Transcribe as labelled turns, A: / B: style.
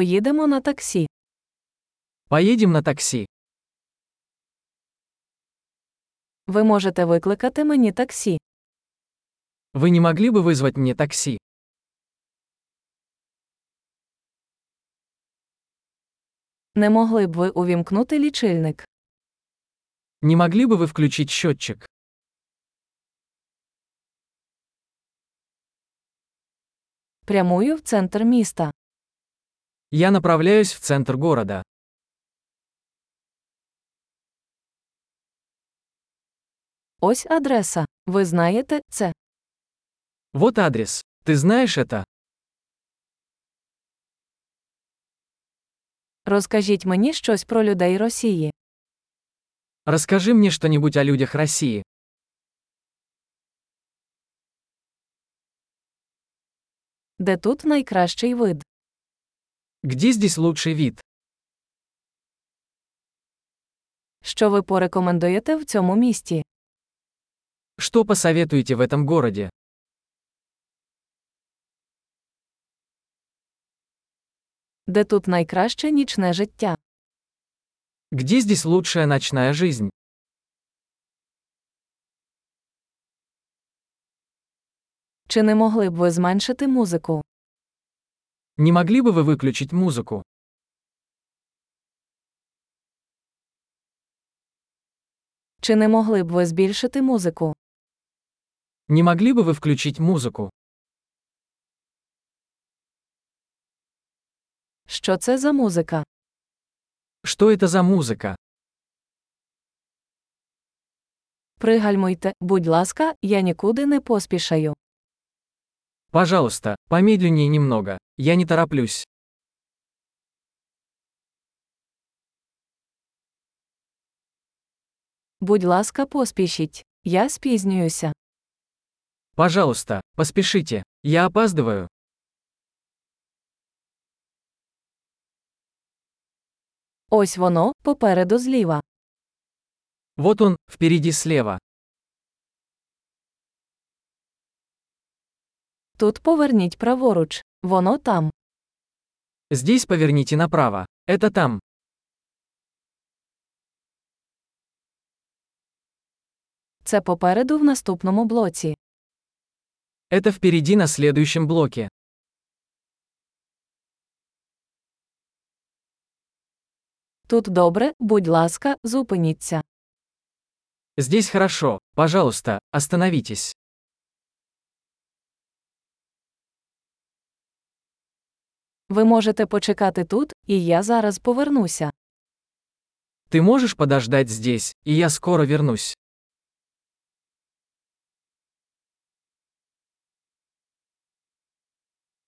A: Поїдемо на таксі.
B: Поедем на такси.
A: Ви можете викликати мені таксі.
B: Вы не могли бы вызвать мне такси?
A: Не могли б ви увімкнути лічильник?
B: Не могли бы вы включить счетчик?
A: Прямую в центр міста.
B: Я направляюсь в центр города.
A: Ось адреса. Ви знаєте це.
B: Вот адрес. Ты знаешь это?
A: Розкажіть мені щось про людей Росії.
B: Расскажи мне что-нибудь о людях России.
A: Де тут найкращий вид?
B: Где здесь лучший вид?
A: Що ви порекомендуєте в цьому місті?
B: Что посоветуете в этом городе?
A: Де тут найкраще нічне життя?
B: Где здесь лучшая ночная жизнь?
A: Чи не могли б ви зменшити музику?
B: Не могли бы вы выключить музыку?
A: Чи не могли б ви збільшити музику?
B: Не могли бы вы включить музыку?
A: Що це за музика?
B: Что это за музыка?
A: Пригальмуйте, будь ласка, я нікуди не поспішаю.
B: Пожалуйста, помедленнее немного. Я не тороплюсь.
A: Будь ласка, поспішіть. Я спізнююся.
B: Пожалуйста, поспешите. Я опаздываю.
A: Ось воно, попереду зліва.
B: Вот он, впереди слева.
A: Тут поверніть праворуч. Воно там.
B: Здесь поверните направо. Это там.
A: Це попереду в наступному блоці.
B: Это впереди на следующем блоке.
A: Тут добре, будь ласка, зупиніться.
B: Здесь хорошо. Пожалуйста, остановитесь.
A: Ви можете почекати тут, і я зараз повернуся.
B: Ты можешь подождать здесь, и я скоро вернусь.